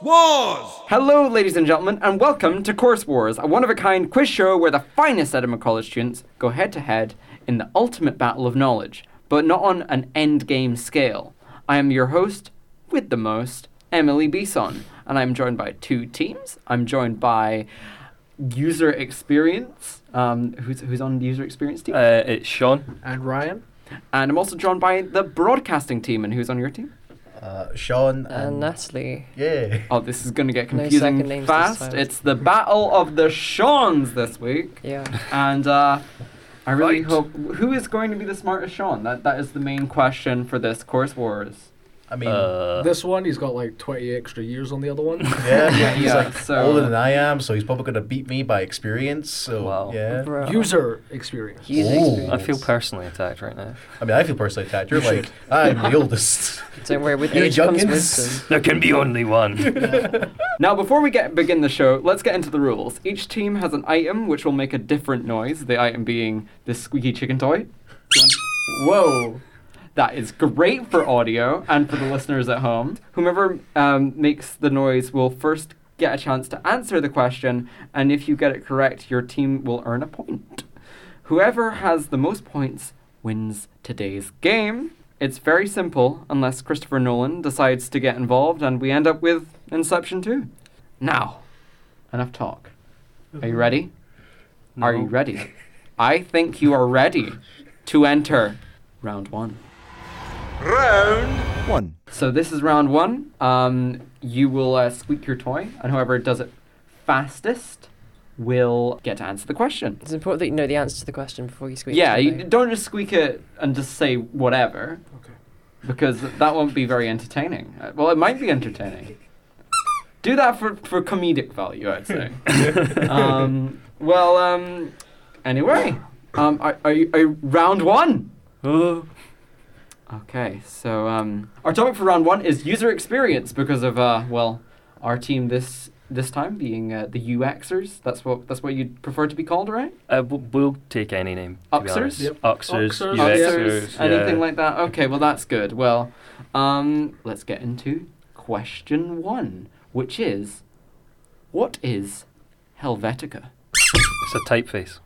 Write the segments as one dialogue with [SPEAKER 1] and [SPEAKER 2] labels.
[SPEAKER 1] Wars!
[SPEAKER 2] Hello, ladies and gentlemen, and welcome to Course Wars, a one of a kind quiz show where the finest Edinburgh College students go head to head in the ultimate battle of knowledge, but not on an end game scale. I am your host, with the most, Emily Bison, and I'm joined by two teams. I'm joined by User Experience, um, who's, who's on the User Experience team,
[SPEAKER 3] Uh, it's Sean.
[SPEAKER 4] And Ryan?
[SPEAKER 2] and I'm also joined by the Broadcasting team, and who's on your team?
[SPEAKER 5] Uh, Sean
[SPEAKER 6] And Natalie.
[SPEAKER 5] yeah.
[SPEAKER 2] Oh, this is going to get
[SPEAKER 6] No
[SPEAKER 2] confusing
[SPEAKER 6] second names this
[SPEAKER 2] fast.
[SPEAKER 6] time.
[SPEAKER 2] It's the Battle of the Shawns this week.
[SPEAKER 6] Yeah.
[SPEAKER 2] And uh, I really
[SPEAKER 3] Right.
[SPEAKER 2] hope who is going to be the smartest Sean? That that is the main question for this course wars.
[SPEAKER 5] I mean,
[SPEAKER 3] Uh,
[SPEAKER 4] this one, he's got like 20 extra years on the other one.
[SPEAKER 5] yeah,
[SPEAKER 2] yeah,
[SPEAKER 5] he's
[SPEAKER 2] yeah,
[SPEAKER 5] like
[SPEAKER 2] so-
[SPEAKER 5] older than I am, so he's probably gonna beat me by experience. So
[SPEAKER 3] Wow.
[SPEAKER 5] yeah,
[SPEAKER 6] Bro.
[SPEAKER 4] User experience.
[SPEAKER 6] User
[SPEAKER 5] Ooh.
[SPEAKER 6] experience.
[SPEAKER 3] I feel personally attacked right now.
[SPEAKER 5] I mean, I feel personally attacked. You're
[SPEAKER 4] You
[SPEAKER 5] like, I'm the oldest.
[SPEAKER 6] Don't worry, with
[SPEAKER 5] You
[SPEAKER 6] age
[SPEAKER 5] Junkins?
[SPEAKER 6] comes wisdom.
[SPEAKER 3] There can be only one.
[SPEAKER 2] Now, before we get begin the show, let's get into the rules. Each team has an item which will make a different noise. The item being this squeaky chicken toy. Whoa. That is great for audio and for the listeners at home. Whomever um, makes the noise will first get a chance to answer the question, and if you get it correct, your team will earn a point. Whoever has the most points wins today's game. It's very simple, unless Christopher Nolan decides to get involved and we end up with Inception 2. Now, enough talk. Are you ready? Are you
[SPEAKER 3] No.
[SPEAKER 2] ready? I think you are ready to enter round one.
[SPEAKER 1] Round
[SPEAKER 5] One.
[SPEAKER 2] So this is round one. Um, you will uh, squeak your toy, and whoever does it fastest will get to answer the question.
[SPEAKER 6] It's important that you know the answer to the question before you squeeze.
[SPEAKER 2] yeah,
[SPEAKER 6] it,
[SPEAKER 2] you
[SPEAKER 6] though.
[SPEAKER 2] don't just squeak it and just say whatever,
[SPEAKER 4] Okay.
[SPEAKER 2] because that won't be very entertaining. Uh, Well, it might be entertaining. Do that for, for comedic value, I'd say. um, well, um, anyway, um, are, are, you, are you round one?
[SPEAKER 3] Oh,
[SPEAKER 2] Okay, so um, our topic for round one is user experience because of uh, well, our team this this time being uh, the UXers. That's what that's what you'd prefer to be called, right?
[SPEAKER 3] uh, we'll, we'll take any name. to be
[SPEAKER 2] Uxers?
[SPEAKER 3] honest.
[SPEAKER 4] Yep.
[SPEAKER 3] Uxers,
[SPEAKER 4] Uxers,
[SPEAKER 3] Uxers, yeah.
[SPEAKER 2] anything like that. Okay, well that's good. Well, um, let's get into question one, which is, what is Helvetica?
[SPEAKER 3] It's a typeface.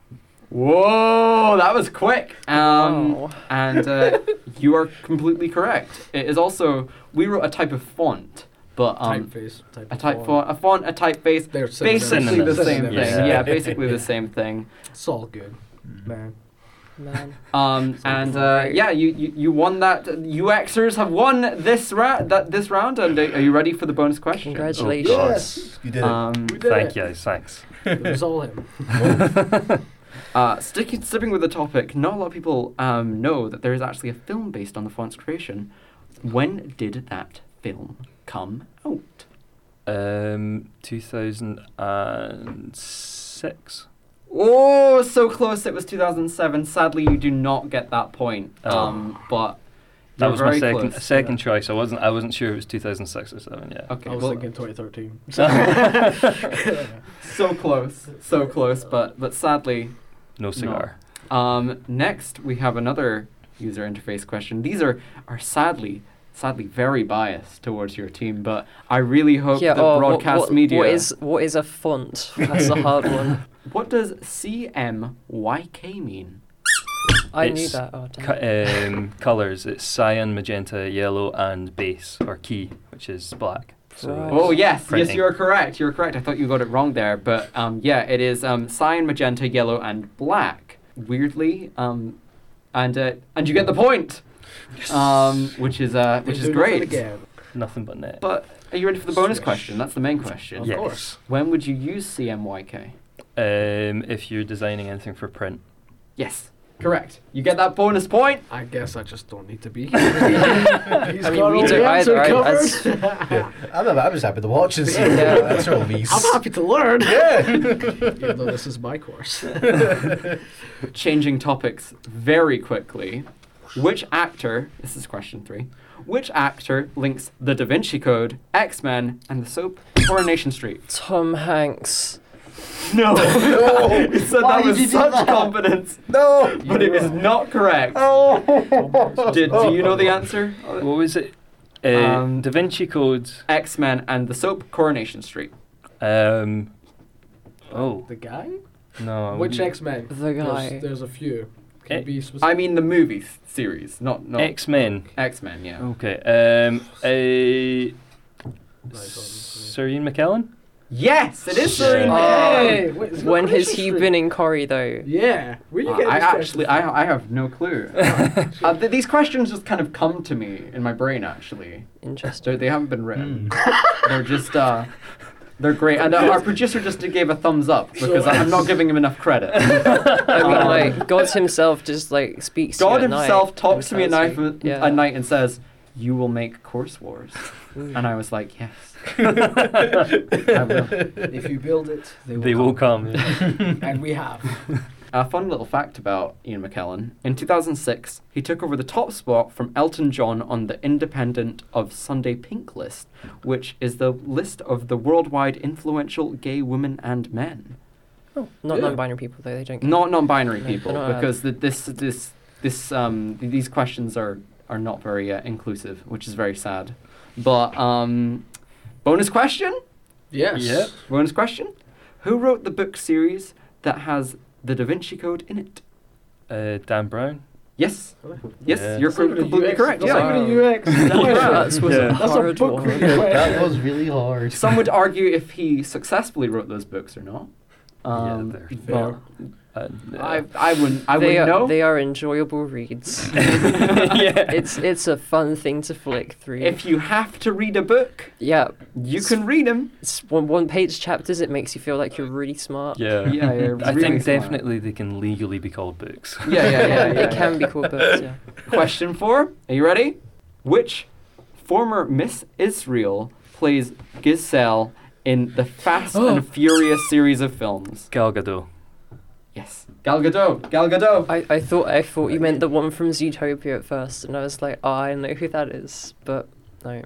[SPEAKER 3] Oh,
[SPEAKER 2] Whoa, that was quick. Um,
[SPEAKER 6] Wow.
[SPEAKER 2] And uh, you are completely correct. It is also we wrote a type of font, but um,
[SPEAKER 4] typeface. Type
[SPEAKER 2] a
[SPEAKER 4] of
[SPEAKER 2] type font, a font, a typeface,
[SPEAKER 4] They're
[SPEAKER 2] basically
[SPEAKER 4] synonyms.
[SPEAKER 2] the same
[SPEAKER 3] Synonyms.
[SPEAKER 2] thing. Yeah,
[SPEAKER 3] Yeah.
[SPEAKER 2] basically the same thing.
[SPEAKER 4] It's all good.
[SPEAKER 2] Mm.
[SPEAKER 4] Man.
[SPEAKER 6] Man.
[SPEAKER 2] Um, and uh,
[SPEAKER 6] great.
[SPEAKER 2] yeah, you, you you won that. UXers have won this round. That this round. And uh, are you ready for the bonus question?
[SPEAKER 6] Congratulations.
[SPEAKER 3] God.
[SPEAKER 5] Yes, you did it.
[SPEAKER 2] Um,
[SPEAKER 4] We did
[SPEAKER 3] Thank
[SPEAKER 4] it.
[SPEAKER 3] you, thanks.
[SPEAKER 4] It was all him.
[SPEAKER 2] uh, sticking sticking with the topic, not a lot of people um, know that there is actually a film based on the font's creation. When did that film come out?
[SPEAKER 3] Um, 2006.
[SPEAKER 2] Oh, so close! It was 2007. Sadly, you do not get that point.
[SPEAKER 3] Oh.
[SPEAKER 2] Um, but
[SPEAKER 3] That
[SPEAKER 2] you're
[SPEAKER 3] was my
[SPEAKER 2] very
[SPEAKER 3] second
[SPEAKER 2] close.
[SPEAKER 3] second choice. I wasn't I wasn't sure it was 2006 or seven. Yeah.
[SPEAKER 2] Okay,
[SPEAKER 4] I was
[SPEAKER 2] well-
[SPEAKER 4] thinking 2013.
[SPEAKER 2] so close, so close, but but sadly.
[SPEAKER 3] No cigar.
[SPEAKER 2] Um, next we have another user interface question. These are are sadly sadly very biased towards your team, but I really hope
[SPEAKER 6] yeah,
[SPEAKER 2] that
[SPEAKER 6] oh, what-
[SPEAKER 2] broadcast
[SPEAKER 6] what,
[SPEAKER 2] media.
[SPEAKER 6] What is, what is a font? That's a hard one.
[SPEAKER 2] what does CMYK mean?
[SPEAKER 6] I knew
[SPEAKER 3] It's
[SPEAKER 6] that. Oh, damn.
[SPEAKER 3] Co- um, colors. It's cyan, magenta, yellow, and base or key, which is black. So
[SPEAKER 6] Right.
[SPEAKER 3] it's
[SPEAKER 2] Oh yes, yes,
[SPEAKER 3] printing.
[SPEAKER 2] you are correct. You're correct. I thought you got it wrong there, but um, yeah, it is um, cyan, magenta, yellow, and black. Weirdly, um, and uh, and you get the point, um, which is uh, which is
[SPEAKER 4] Doing it
[SPEAKER 2] great.
[SPEAKER 4] Again.
[SPEAKER 3] nothing but net.
[SPEAKER 2] But are you ready for the bonus
[SPEAKER 4] Yes.
[SPEAKER 2] question? That's the main question.
[SPEAKER 4] Of
[SPEAKER 3] yes.
[SPEAKER 4] course.
[SPEAKER 2] When would you use CMYK?
[SPEAKER 3] Um, if you're designing anything for print.
[SPEAKER 2] Yes, correct. You get that bonus point.
[SPEAKER 4] I guess I just don't need to be here. He's
[SPEAKER 6] I
[SPEAKER 4] got
[SPEAKER 6] mean, we
[SPEAKER 4] all
[SPEAKER 6] do
[SPEAKER 4] the
[SPEAKER 6] either, I- I
[SPEAKER 4] answer
[SPEAKER 6] s-
[SPEAKER 4] covered.
[SPEAKER 5] I'm, I'm just happy to watch and see.
[SPEAKER 6] Yeah.
[SPEAKER 5] That's all these.
[SPEAKER 4] I'm happy to learn.
[SPEAKER 5] Yeah.
[SPEAKER 4] Even though this is my course.
[SPEAKER 2] Changing topics very quickly. Which actor, this is question three, which actor links the Da Vinci Code, X Men, and the soap Coronation Street?
[SPEAKER 6] Tom Hanks.
[SPEAKER 2] No!
[SPEAKER 5] No.
[SPEAKER 2] you said
[SPEAKER 5] Why
[SPEAKER 2] that
[SPEAKER 5] did
[SPEAKER 2] with
[SPEAKER 5] you do
[SPEAKER 2] such
[SPEAKER 5] that?
[SPEAKER 2] confidence,
[SPEAKER 5] no.
[SPEAKER 2] but it is not correct.
[SPEAKER 5] Oh.
[SPEAKER 2] Did, do you know the answer?
[SPEAKER 3] What was it? Uh,
[SPEAKER 2] Um,
[SPEAKER 3] da Vinci Code.
[SPEAKER 2] X Men and the soap Coronation Street.
[SPEAKER 3] Um, oh
[SPEAKER 4] The guy?
[SPEAKER 3] no. I
[SPEAKER 4] Which
[SPEAKER 3] wouldn't-
[SPEAKER 4] X Men?
[SPEAKER 6] The guy.
[SPEAKER 4] There's, there's a few. Can
[SPEAKER 3] Eh,
[SPEAKER 4] you be specific?
[SPEAKER 2] I mean the movie s- series, not not
[SPEAKER 3] X Men.
[SPEAKER 2] X Men. Yeah.
[SPEAKER 3] Okay. Um, uh,
[SPEAKER 4] Nice
[SPEAKER 3] Sir Ian McKellen.
[SPEAKER 2] Yes, it is. Um, Serene
[SPEAKER 3] Shit.
[SPEAKER 6] Oh,
[SPEAKER 2] Mann.
[SPEAKER 4] Hey, wait, it's not
[SPEAKER 6] When has
[SPEAKER 4] Christian
[SPEAKER 6] he
[SPEAKER 4] Street.
[SPEAKER 6] been in Corrie though?
[SPEAKER 4] Yeah. Where you
[SPEAKER 2] Uh,
[SPEAKER 4] get
[SPEAKER 2] I
[SPEAKER 4] these questions
[SPEAKER 2] actually,
[SPEAKER 4] from?
[SPEAKER 2] I, I have no clue. uh, th- these questions just kind of come to me in my brain, actually. So
[SPEAKER 6] Interesting.
[SPEAKER 2] they haven't been written.
[SPEAKER 5] Mm.
[SPEAKER 2] They're just, uh, they're great. And uh, our producer just gave a thumbs up because
[SPEAKER 4] So-
[SPEAKER 2] I'm not giving him enough credit.
[SPEAKER 6] I mean,
[SPEAKER 2] Um,
[SPEAKER 6] like God himself just like speaks. to Oh, you
[SPEAKER 2] God
[SPEAKER 6] at night.
[SPEAKER 2] himself talks to me at night,
[SPEAKER 6] Sounds
[SPEAKER 2] and
[SPEAKER 6] like-
[SPEAKER 2] at night and says, "You will make Course Wars," and I was like, "Yes." I will.
[SPEAKER 4] If you build it, they will,
[SPEAKER 3] They will come. yeah.
[SPEAKER 4] And we have.
[SPEAKER 2] A fun little fact about Ian McKellen. In 2006, he took over the top spot from Elton John on the Independent of Sunday Pink list, which is the list of the worldwide influential gay women and men.
[SPEAKER 6] Not
[SPEAKER 4] Yeah.
[SPEAKER 6] non-binary people though. They don't. Care.
[SPEAKER 2] Not non-binary
[SPEAKER 6] No,
[SPEAKER 2] people,
[SPEAKER 6] they're not
[SPEAKER 2] because th this this this um th- these questions are are not very uh, inclusive, which is very sad. But um, bonus question.
[SPEAKER 4] Yes.
[SPEAKER 3] Yep.
[SPEAKER 2] Bonus question. Who wrote the book series that has the Da Vinci Code in it?
[SPEAKER 3] Uh, Dan Brown.
[SPEAKER 2] Yes. Yes,
[SPEAKER 3] Yeah.
[SPEAKER 2] you're
[SPEAKER 4] That's not even a
[SPEAKER 2] completely
[SPEAKER 4] UX,
[SPEAKER 2] correct.
[SPEAKER 4] That's
[SPEAKER 2] Yeah.
[SPEAKER 4] not even a UX.
[SPEAKER 6] That was
[SPEAKER 3] Yeah.
[SPEAKER 6] a
[SPEAKER 4] That's a
[SPEAKER 6] hard
[SPEAKER 4] book
[SPEAKER 6] one.
[SPEAKER 4] reading question.
[SPEAKER 5] really hard.
[SPEAKER 2] Some would argue if he successfully wrote those books or not. Um,
[SPEAKER 3] they're
[SPEAKER 2] but
[SPEAKER 3] Uh,
[SPEAKER 2] I, I wouldn't. I
[SPEAKER 6] they
[SPEAKER 2] wouldn't
[SPEAKER 6] are,
[SPEAKER 2] know.
[SPEAKER 6] They are enjoyable reads.
[SPEAKER 3] yeah.
[SPEAKER 6] it's it's a fun thing to flick through.
[SPEAKER 2] if you have to read a book,
[SPEAKER 6] yeah,
[SPEAKER 2] you can read them.
[SPEAKER 6] it's one one page chapters. It makes you feel like you're really smart.
[SPEAKER 3] Yeah.
[SPEAKER 2] Yeah, yeah,
[SPEAKER 3] I
[SPEAKER 2] really
[SPEAKER 3] think
[SPEAKER 2] smart.
[SPEAKER 3] definitely they can legally be called books.
[SPEAKER 2] Yeah, yeah, yeah. yeah,
[SPEAKER 6] it can be called books. Yeah.
[SPEAKER 2] Question four. Are you ready? Which former Miss Israel plays Giselle in the Fast and Furious series of films?
[SPEAKER 3] Gal Gadot.
[SPEAKER 2] Yes. Gal Gadot. Gal Gadot.
[SPEAKER 6] I, I thought I thought you meant the one from Zootopia at first, and I was like, oh, I know who that is, but no.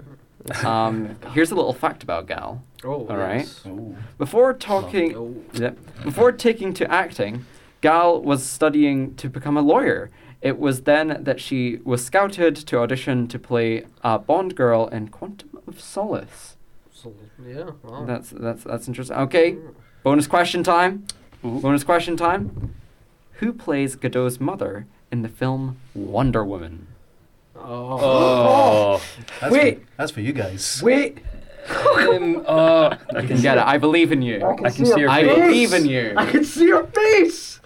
[SPEAKER 2] Um, here's a little fact about Gal.
[SPEAKER 4] Oh,
[SPEAKER 2] All right.
[SPEAKER 4] yes.
[SPEAKER 5] Ooh.
[SPEAKER 2] Before talking,
[SPEAKER 4] Oh.
[SPEAKER 2] Yeah. Before taking to acting, Gal was studying to become a lawyer. It was then that she was scouted to audition to play a Bond girl in Quantum of Solace.
[SPEAKER 4] So, yeah. Wow.
[SPEAKER 2] That's that's that's interesting. Okay, bonus question time.
[SPEAKER 3] Ooh.
[SPEAKER 2] Bonus question time. Who plays Godot's mother in the film Wonder Woman?
[SPEAKER 4] Oh.
[SPEAKER 3] Oh.
[SPEAKER 5] That's
[SPEAKER 4] Wait.
[SPEAKER 5] For, that's for you guys.
[SPEAKER 4] Wait.
[SPEAKER 3] Um, oh, I
[SPEAKER 2] You
[SPEAKER 3] can
[SPEAKER 2] can get it. I believe in you.
[SPEAKER 3] I can see your
[SPEAKER 2] I
[SPEAKER 3] face.
[SPEAKER 2] believe in you.
[SPEAKER 4] I can see your face.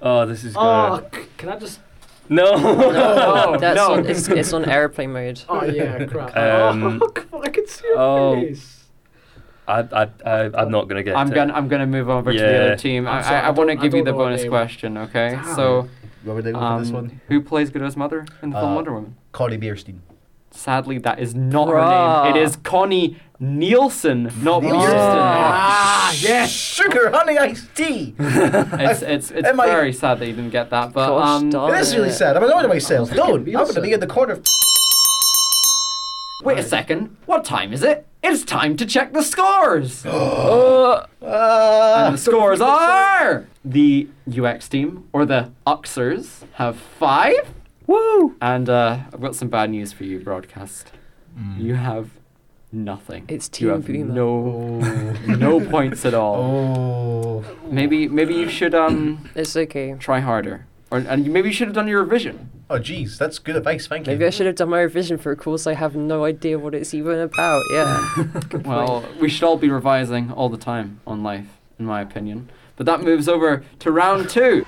[SPEAKER 3] Oh, this is good.
[SPEAKER 4] Oh, c- can I just?
[SPEAKER 3] no.
[SPEAKER 2] Oh,
[SPEAKER 6] That's
[SPEAKER 2] no.
[SPEAKER 6] on, it's, it's on airplane mode.
[SPEAKER 4] Oh yeah, crap.
[SPEAKER 3] Um,
[SPEAKER 4] oh, come on, I can see your
[SPEAKER 3] oh.
[SPEAKER 4] face.
[SPEAKER 3] I, I, I, I'm not gonna get
[SPEAKER 2] I'm
[SPEAKER 3] it.
[SPEAKER 2] gonna I'm gonna move over to the
[SPEAKER 3] Yeah.
[SPEAKER 2] other team. I,
[SPEAKER 4] I'm sorry,
[SPEAKER 2] I, I
[SPEAKER 4] I
[SPEAKER 2] want to
[SPEAKER 4] don't- I
[SPEAKER 2] give you
[SPEAKER 4] don't
[SPEAKER 2] the
[SPEAKER 4] know her
[SPEAKER 2] bonus
[SPEAKER 4] name.
[SPEAKER 2] question, okay?
[SPEAKER 4] Damn.
[SPEAKER 2] So,
[SPEAKER 5] Where would they go for this
[SPEAKER 2] um,
[SPEAKER 5] one?
[SPEAKER 2] who plays Godot's mother in the film
[SPEAKER 5] Uh,
[SPEAKER 2] Wonder Woman?
[SPEAKER 5] Cardi Bierstein.
[SPEAKER 2] Sadly, that is not her
[SPEAKER 6] Bruh.
[SPEAKER 2] name. It is Connie Nielsen, not
[SPEAKER 5] Nielsen.
[SPEAKER 2] Nielsen.
[SPEAKER 4] Ah yes.
[SPEAKER 5] Sugar, honey, iced tea.
[SPEAKER 2] It's it's, it's
[SPEAKER 5] Am I-
[SPEAKER 2] very sad that you didn't get that, but
[SPEAKER 6] Gosh,
[SPEAKER 2] um,
[SPEAKER 6] darn.
[SPEAKER 5] It is really
[SPEAKER 6] Uh,
[SPEAKER 5] sad. I'm annoyed at myself. Don't. I'm going to
[SPEAKER 4] Nielsen.
[SPEAKER 5] be in the corner.
[SPEAKER 2] wait a second. What time is it? It's time to check the scores. Uh, and the
[SPEAKER 5] Uh,
[SPEAKER 2] scores are the UX team or the Uxers have five.
[SPEAKER 6] Woo!
[SPEAKER 2] And uh, I've got some bad news for you, broadcast. You have nothing.
[SPEAKER 6] It's
[SPEAKER 2] you
[SPEAKER 6] Team
[SPEAKER 2] have
[SPEAKER 6] Boomer.
[SPEAKER 2] No, no points at all.
[SPEAKER 5] oh.
[SPEAKER 2] Maybe, maybe you should um
[SPEAKER 6] It's okay.
[SPEAKER 2] try harder, or and maybe you should have done your revision.
[SPEAKER 5] Oh, geez. That's good advice. Thank you.
[SPEAKER 6] Maybe I should have done my revision for a course I have no idea what it's even about. Yeah. Good
[SPEAKER 2] Well, we should all be revising all the time on life, in my opinion. But that moves over to round two.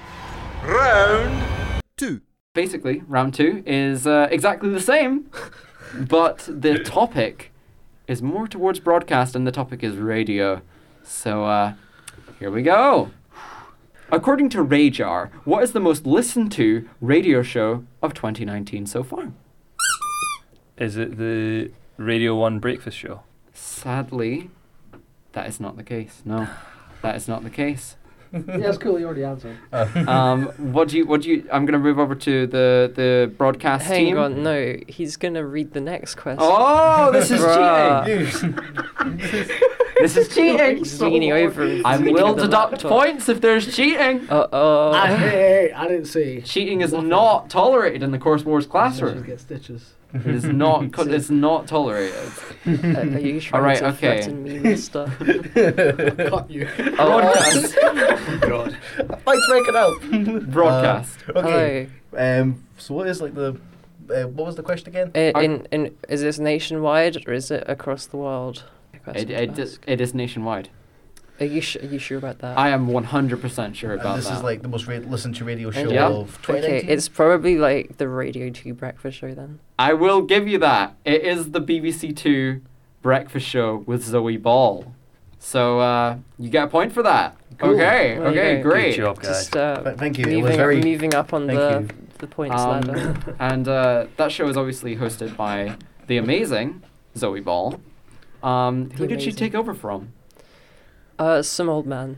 [SPEAKER 1] two,
[SPEAKER 2] Basically, round two is uh, exactly the same, but the topic is more towards broadcast, and the topic is radio. So uh, here we go. According to Rajar, what is the most listened to radio show of 2019 so far?
[SPEAKER 3] Is it the Radio One Breakfast Show?
[SPEAKER 2] Sadly, that is not the case. No, that is not the case.
[SPEAKER 4] Yeah, it's cool. You already answered.
[SPEAKER 2] Um, what do you? What do you? I'm gonna move over to the the broadcast
[SPEAKER 6] Hang
[SPEAKER 2] team.
[SPEAKER 6] on, no, he's gonna read the next question.
[SPEAKER 2] Oh, this is
[SPEAKER 6] Bruh.
[SPEAKER 2] cheating. This is cheating.
[SPEAKER 6] He's leaning over. and
[SPEAKER 2] I
[SPEAKER 6] looking at
[SPEAKER 2] will
[SPEAKER 6] the
[SPEAKER 2] deduct
[SPEAKER 6] laptop.
[SPEAKER 2] points if there's cheating.
[SPEAKER 6] Uh
[SPEAKER 4] Ah, hey,
[SPEAKER 6] oh.
[SPEAKER 4] hey, hey, I didn't see.
[SPEAKER 2] Cheating is not tolerated in the Course Wars
[SPEAKER 4] Just
[SPEAKER 2] classroom.
[SPEAKER 4] Get stitches.
[SPEAKER 2] It is not. co- It's not tolerated.
[SPEAKER 6] Are you trying
[SPEAKER 2] Alright,
[SPEAKER 6] to
[SPEAKER 2] okay.
[SPEAKER 6] threaten me, Mister?
[SPEAKER 4] Cut you.
[SPEAKER 2] Broadcast.
[SPEAKER 5] God. Fight's breaking out.
[SPEAKER 2] Broadcast.
[SPEAKER 5] Uh, okay. Um, so what is like the uh, what was the question again?
[SPEAKER 6] Hello.
[SPEAKER 2] Are-
[SPEAKER 6] I- In, in, is this nationwide or is it across the world? Good
[SPEAKER 2] It,
[SPEAKER 6] question to
[SPEAKER 2] it, is-
[SPEAKER 6] ask.
[SPEAKER 2] it is nationwide.
[SPEAKER 6] Are you sh- are you sure about that?
[SPEAKER 2] I am 100% sure
[SPEAKER 5] And
[SPEAKER 2] about
[SPEAKER 5] this
[SPEAKER 2] that.
[SPEAKER 5] is like the most ra- listened to radio show
[SPEAKER 2] Yeah.
[SPEAKER 5] of 2019.
[SPEAKER 6] okay, it's probably like the Radio Two breakfast show then.
[SPEAKER 2] I will give you that. It is the BBC Two breakfast show with Zoe Ball. So uh, you get a point for that.
[SPEAKER 6] Cool.
[SPEAKER 2] Okay,
[SPEAKER 6] There you
[SPEAKER 2] okay,
[SPEAKER 6] go.
[SPEAKER 2] great.
[SPEAKER 3] Good job, guys.
[SPEAKER 6] Just uh,
[SPEAKER 5] Th- thank you, it was
[SPEAKER 6] Moving, up-
[SPEAKER 5] very-
[SPEAKER 6] moving up on
[SPEAKER 5] thank
[SPEAKER 6] the
[SPEAKER 5] you.
[SPEAKER 6] the points
[SPEAKER 2] Um,
[SPEAKER 6] ladder.
[SPEAKER 2] And uh, that show is obviously hosted by the amazing Zoe Ball. Um, who
[SPEAKER 6] The
[SPEAKER 2] did she
[SPEAKER 6] amazing.
[SPEAKER 2] take over from?
[SPEAKER 6] Uh, some old man.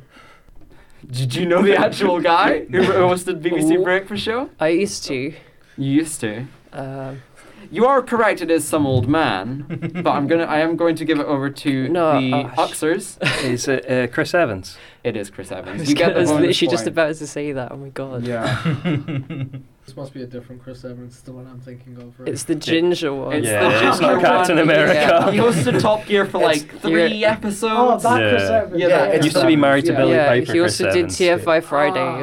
[SPEAKER 2] Did you know the actual guy who hosted BBC
[SPEAKER 6] Oh.
[SPEAKER 2] Breakfast Show?
[SPEAKER 6] I used to.
[SPEAKER 2] You used to.
[SPEAKER 6] Um,
[SPEAKER 2] You are correct. It is some old man, but I'm gonna. I am going to give it over to
[SPEAKER 6] No,
[SPEAKER 2] the
[SPEAKER 6] oh, sh-
[SPEAKER 2] Uxers.
[SPEAKER 3] Is it uh, Chris Evans?
[SPEAKER 2] It is Chris Evans.
[SPEAKER 6] I was
[SPEAKER 2] bonus
[SPEAKER 6] literally just
[SPEAKER 2] point.
[SPEAKER 6] about to say that. Oh my god.
[SPEAKER 2] Yeah.
[SPEAKER 4] This must be a different Chris Evans. It's the one I'm thinking of. Right?
[SPEAKER 6] It's the ginger one.
[SPEAKER 2] It's
[SPEAKER 3] Yeah,
[SPEAKER 2] the
[SPEAKER 3] it's
[SPEAKER 2] ginger
[SPEAKER 3] not Captain
[SPEAKER 2] one.
[SPEAKER 3] America.
[SPEAKER 2] He hosted Top Gear for
[SPEAKER 5] It's-
[SPEAKER 2] like three
[SPEAKER 6] yeah.
[SPEAKER 4] oh,
[SPEAKER 2] episodes.
[SPEAKER 4] that Chris
[SPEAKER 3] Yeah.
[SPEAKER 4] Evans.
[SPEAKER 2] Yeah, that-
[SPEAKER 3] Used to be married to Billy
[SPEAKER 6] yeah,
[SPEAKER 3] Piper.
[SPEAKER 6] he
[SPEAKER 3] Chris
[SPEAKER 6] also did
[SPEAKER 3] Evans.
[SPEAKER 6] TFI Fridays.
[SPEAKER 3] Yeah.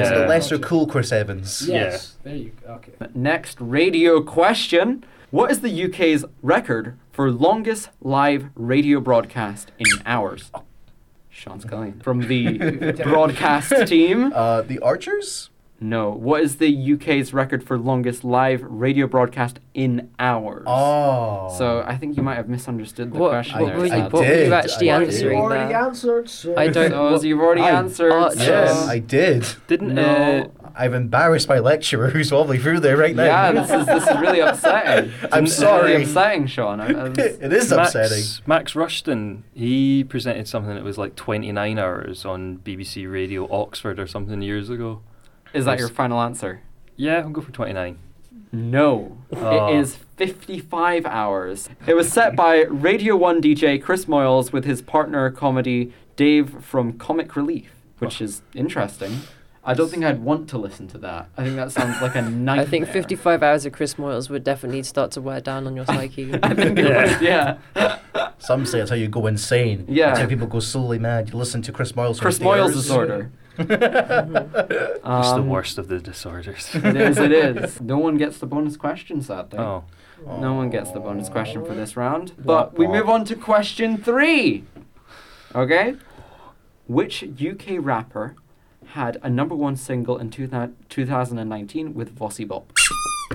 [SPEAKER 5] It's the
[SPEAKER 3] Yeah.
[SPEAKER 5] lesser cool Chris Evans.
[SPEAKER 3] Yeah.
[SPEAKER 4] Yes. There you go. Okay.
[SPEAKER 2] Next radio question: What is the UK's record for longest live radio broadcast in hours? Sean Scully from the broadcast team.
[SPEAKER 5] Uh, the Archers?
[SPEAKER 2] No. What is the UK's record for longest live radio broadcast in hours?
[SPEAKER 5] Oh.
[SPEAKER 2] So I think you might have misunderstood the
[SPEAKER 6] What-
[SPEAKER 2] question
[SPEAKER 6] what
[SPEAKER 2] there.
[SPEAKER 6] were you-
[SPEAKER 2] Sam.
[SPEAKER 5] what were you did, actually I did.
[SPEAKER 4] You
[SPEAKER 5] answering
[SPEAKER 4] already
[SPEAKER 6] there?
[SPEAKER 4] answered, sir.
[SPEAKER 6] I don't-
[SPEAKER 2] So as you've already
[SPEAKER 5] I-
[SPEAKER 2] answered.
[SPEAKER 6] Archers.
[SPEAKER 2] so-
[SPEAKER 5] Yes, I did.
[SPEAKER 3] Didn't
[SPEAKER 2] No.
[SPEAKER 3] uh,
[SPEAKER 5] I've embarrassed my lecturer who's probably through there right now.
[SPEAKER 2] Yeah, this is this is really upsetting.
[SPEAKER 5] I'm
[SPEAKER 2] This is
[SPEAKER 5] sorry.
[SPEAKER 2] really upsetting, Sean. Uh, I- I was-
[SPEAKER 5] it is
[SPEAKER 3] Max,
[SPEAKER 5] upsetting.
[SPEAKER 3] Max Rushton, he presented something that was like 29 hours on BBC Radio Oxford or something years ago.
[SPEAKER 2] is that your final answer?
[SPEAKER 3] Yeah, I'll go for 29.
[SPEAKER 2] No,
[SPEAKER 3] Oh.
[SPEAKER 2] it is 55 hours. It was set by Radio One DJ Chris Moyles with his partner comedy Dave from Comic Relief, which is interesting. I don't think I'd want to listen to that. I think that sounds like a nightmare.
[SPEAKER 6] I think 55 hours of Chris Moyles would definitely start to wear down on your psyche.
[SPEAKER 2] I think it
[SPEAKER 3] Yeah.
[SPEAKER 2] was, yeah.
[SPEAKER 5] Some say that's how you go insane.
[SPEAKER 2] Yeah.
[SPEAKER 5] That's how people go slowly mad. You listen to Chris Moyles. for
[SPEAKER 2] Chris
[SPEAKER 5] eight
[SPEAKER 2] Moyles
[SPEAKER 5] hours.
[SPEAKER 2] disorder.
[SPEAKER 5] Mm-hmm.
[SPEAKER 3] It's the
[SPEAKER 2] Um,
[SPEAKER 3] worst of the disorders.
[SPEAKER 2] It is, it is. No one gets the bonus question, sadly.
[SPEAKER 3] oh.
[SPEAKER 2] No one gets the bonus question for this round. But we move on to question three. Okay? Which UK rapper had a number one single in two thou- 2019 with Vossi Bop?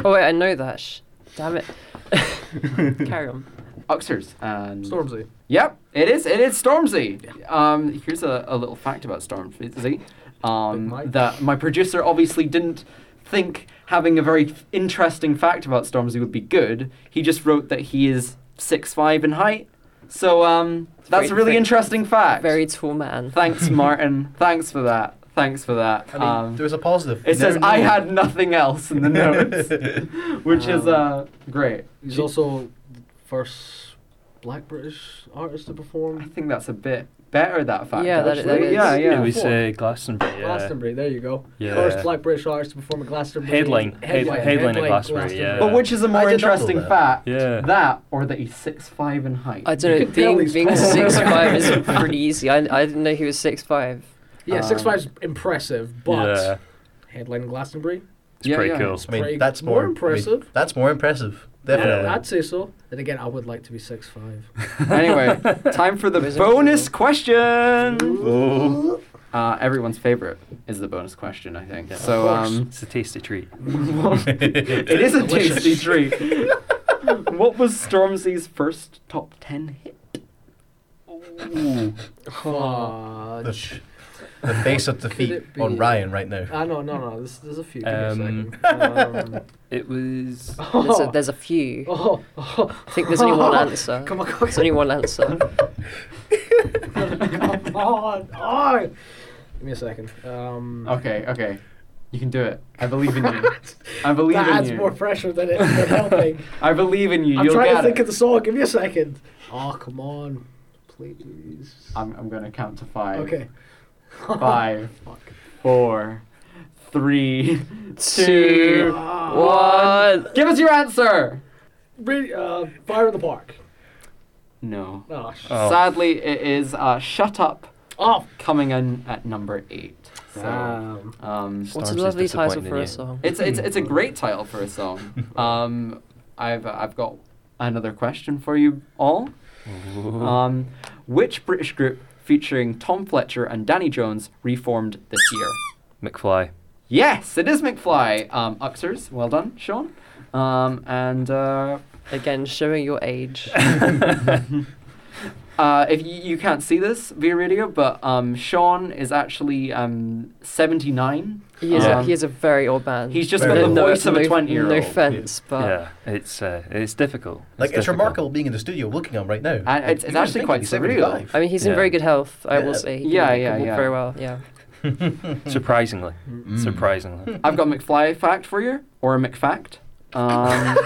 [SPEAKER 6] oh wait, I know that. Sh- Damn it. Carry on.
[SPEAKER 2] Uxers. And
[SPEAKER 4] Stormzy.
[SPEAKER 2] Yep, it is. It is Stormzy. Um, here's a, a little fact about Stormzy.
[SPEAKER 4] Big
[SPEAKER 2] Um,
[SPEAKER 4] Mike.
[SPEAKER 2] that my producer obviously didn't think having a very f- interesting fact about Stormzy would be good. He just wrote that he is six five in height. So um, that's
[SPEAKER 6] very-
[SPEAKER 2] a really
[SPEAKER 6] very-
[SPEAKER 2] interesting fact.
[SPEAKER 6] Very tall man.
[SPEAKER 2] Thanks, Martin. Thanks for that. Thanks for that.
[SPEAKER 5] I mean,
[SPEAKER 2] Um,
[SPEAKER 5] there was a positive. You
[SPEAKER 2] it says
[SPEAKER 5] never
[SPEAKER 2] I
[SPEAKER 5] know.
[SPEAKER 2] had nothing else in the notes, which is
[SPEAKER 4] Um,
[SPEAKER 2] uh, great.
[SPEAKER 4] He's also the first black British artist to
[SPEAKER 2] I
[SPEAKER 4] perform.
[SPEAKER 2] think that's a bit better that fact.
[SPEAKER 6] Yeah, that-
[SPEAKER 2] actually.
[SPEAKER 6] that is-
[SPEAKER 2] yeah, yeah.
[SPEAKER 3] It was
[SPEAKER 4] Four.
[SPEAKER 3] uh, Glastonbury. Yeah.
[SPEAKER 4] Glastonbury, there you go.
[SPEAKER 3] Yeah.
[SPEAKER 4] First black British artist to perform at Glastonbury.
[SPEAKER 3] Headline- head- headline at Glastonbury, yeah.
[SPEAKER 2] But which is a
[SPEAKER 5] I
[SPEAKER 2] more
[SPEAKER 5] did not know
[SPEAKER 2] interesting
[SPEAKER 5] that.
[SPEAKER 2] fact?
[SPEAKER 3] Yeah.
[SPEAKER 2] That or that he's six five in height?
[SPEAKER 6] I
[SPEAKER 4] You
[SPEAKER 6] don't know,
[SPEAKER 4] can tell
[SPEAKER 6] being,
[SPEAKER 4] he's
[SPEAKER 6] being
[SPEAKER 4] tall.
[SPEAKER 6] 6'5 is pretty easy. I, I didn't know he was 6'5.
[SPEAKER 4] Yeah,
[SPEAKER 2] Um,
[SPEAKER 4] six five's impressive, but
[SPEAKER 3] yeah.
[SPEAKER 4] headline at Glastonbury.
[SPEAKER 3] It's
[SPEAKER 2] Yeah,
[SPEAKER 3] pretty
[SPEAKER 2] yeah.
[SPEAKER 3] cool.
[SPEAKER 5] I mean,
[SPEAKER 4] Craig,
[SPEAKER 5] that's more,
[SPEAKER 4] more
[SPEAKER 5] I mean,
[SPEAKER 4] impressive.
[SPEAKER 5] that's more impressive.
[SPEAKER 3] Yeah.
[SPEAKER 5] Definitely.
[SPEAKER 4] I'd say so. And again, I would like to be six five.
[SPEAKER 2] anyway, time for the
[SPEAKER 6] Wizard.
[SPEAKER 2] bonus question.
[SPEAKER 3] Oh.
[SPEAKER 2] Uh, everyone's favorite is the bonus question, I think.
[SPEAKER 3] Yeah, of
[SPEAKER 2] so
[SPEAKER 4] course.
[SPEAKER 2] um,
[SPEAKER 3] It's a tasty treat.
[SPEAKER 2] it is a tasty treat. what was Stormzy's first top ten hit?
[SPEAKER 5] The,
[SPEAKER 4] Fudge.
[SPEAKER 5] the face of defeat
[SPEAKER 4] it be-
[SPEAKER 5] on Ryan right now.
[SPEAKER 4] Ah, no, no, no. This, there's a few. Give
[SPEAKER 3] Um,
[SPEAKER 4] me a second. Um,
[SPEAKER 3] It was.
[SPEAKER 6] There's a, there's a few.
[SPEAKER 4] oh, oh,
[SPEAKER 6] I think there's only one answer.
[SPEAKER 4] Come on, come
[SPEAKER 6] There's only one answer.
[SPEAKER 4] come on. Oh. Give me a second. Um,
[SPEAKER 2] Okay, okay, you can do it. I believe in you. I believe
[SPEAKER 4] that
[SPEAKER 2] in
[SPEAKER 4] adds
[SPEAKER 2] you.
[SPEAKER 4] more pressure than it than helping.
[SPEAKER 2] I believe in you.
[SPEAKER 4] I'm
[SPEAKER 2] You'll
[SPEAKER 4] trying to
[SPEAKER 2] get
[SPEAKER 4] think
[SPEAKER 2] it.
[SPEAKER 4] of the song. Give me a second. Oh, come on. please.
[SPEAKER 2] I'm, I'm going to count to five.
[SPEAKER 4] okay.
[SPEAKER 2] Five,
[SPEAKER 4] Fuck.
[SPEAKER 2] four, three,
[SPEAKER 6] Two,
[SPEAKER 2] two,
[SPEAKER 6] one.
[SPEAKER 2] Give us your answer!
[SPEAKER 4] Really, Ah. uh, Fire in the Park.
[SPEAKER 2] No.
[SPEAKER 4] Oh, sh-
[SPEAKER 3] Oh.
[SPEAKER 2] Sadly, it is uh, Shut Up
[SPEAKER 4] oh
[SPEAKER 2] coming in at number eight. So,
[SPEAKER 4] damn.
[SPEAKER 2] um,
[SPEAKER 6] What's a
[SPEAKER 3] Storms is
[SPEAKER 6] lovely title
[SPEAKER 3] disappointing
[SPEAKER 6] for
[SPEAKER 3] in
[SPEAKER 6] a
[SPEAKER 3] you.
[SPEAKER 6] song?
[SPEAKER 2] it's, it's, it's a great title for a song. Um, I've, I've got another question for you all.
[SPEAKER 3] Ooh.
[SPEAKER 2] Um, which British group featuring Tom Fletcher and Danny Jones reformed this year?
[SPEAKER 3] McFly.
[SPEAKER 2] Yes, it is McFly. Um, Uxers, well done, Sean. Um, and uh,
[SPEAKER 6] Again, showing your age.
[SPEAKER 2] uh, if you, you can't see this via radio, but um, Sean is actually um, 79.
[SPEAKER 6] He is, a,
[SPEAKER 2] Um,
[SPEAKER 6] he is a very old man.
[SPEAKER 2] He's just
[SPEAKER 5] got
[SPEAKER 6] No-
[SPEAKER 5] the
[SPEAKER 6] no-
[SPEAKER 2] voice of a
[SPEAKER 6] no-
[SPEAKER 2] 20-year-old.
[SPEAKER 6] No
[SPEAKER 5] Yeah.
[SPEAKER 6] offense, but
[SPEAKER 3] yeah, it's uh, it's difficult.
[SPEAKER 5] Like it's,
[SPEAKER 3] difficult.
[SPEAKER 5] remarkable being in the studio looking at him right now.
[SPEAKER 2] And it's- it's
[SPEAKER 5] You wouldn't
[SPEAKER 2] actually
[SPEAKER 5] think
[SPEAKER 2] quite
[SPEAKER 5] he's
[SPEAKER 2] surreal.
[SPEAKER 5] 75.
[SPEAKER 6] I mean, he's in
[SPEAKER 3] Yeah.
[SPEAKER 6] very good health. I
[SPEAKER 5] Yeah.
[SPEAKER 6] will say. He can-
[SPEAKER 2] Yeah,
[SPEAKER 6] he can
[SPEAKER 2] yeah,
[SPEAKER 6] walk
[SPEAKER 2] yeah.
[SPEAKER 6] Very well. Yeah.
[SPEAKER 3] Surprisingly,
[SPEAKER 5] Mm.
[SPEAKER 3] surprisingly.
[SPEAKER 2] I've got McFly fact for you, or a McFact. Um,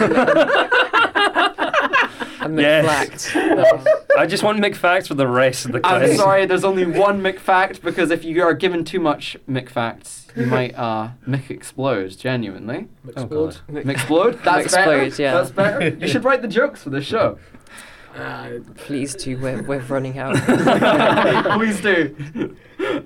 [SPEAKER 6] And
[SPEAKER 3] Yes.
[SPEAKER 6] McFlacked.
[SPEAKER 3] I just want McFacts for the rest of the
[SPEAKER 2] I'm
[SPEAKER 3] quiz.
[SPEAKER 2] sorry, there's only one McFact because if you are given too much McFacts, you might uh, McExplode, genuinely.
[SPEAKER 3] Oh,
[SPEAKER 4] Explode.
[SPEAKER 2] McExplode? That's
[SPEAKER 6] Mexplode,
[SPEAKER 2] better.
[SPEAKER 6] yeah.
[SPEAKER 2] That's better. You should write the jokes for this show.
[SPEAKER 4] Ah,
[SPEAKER 6] Please do. We're, we're running out.
[SPEAKER 2] Please do.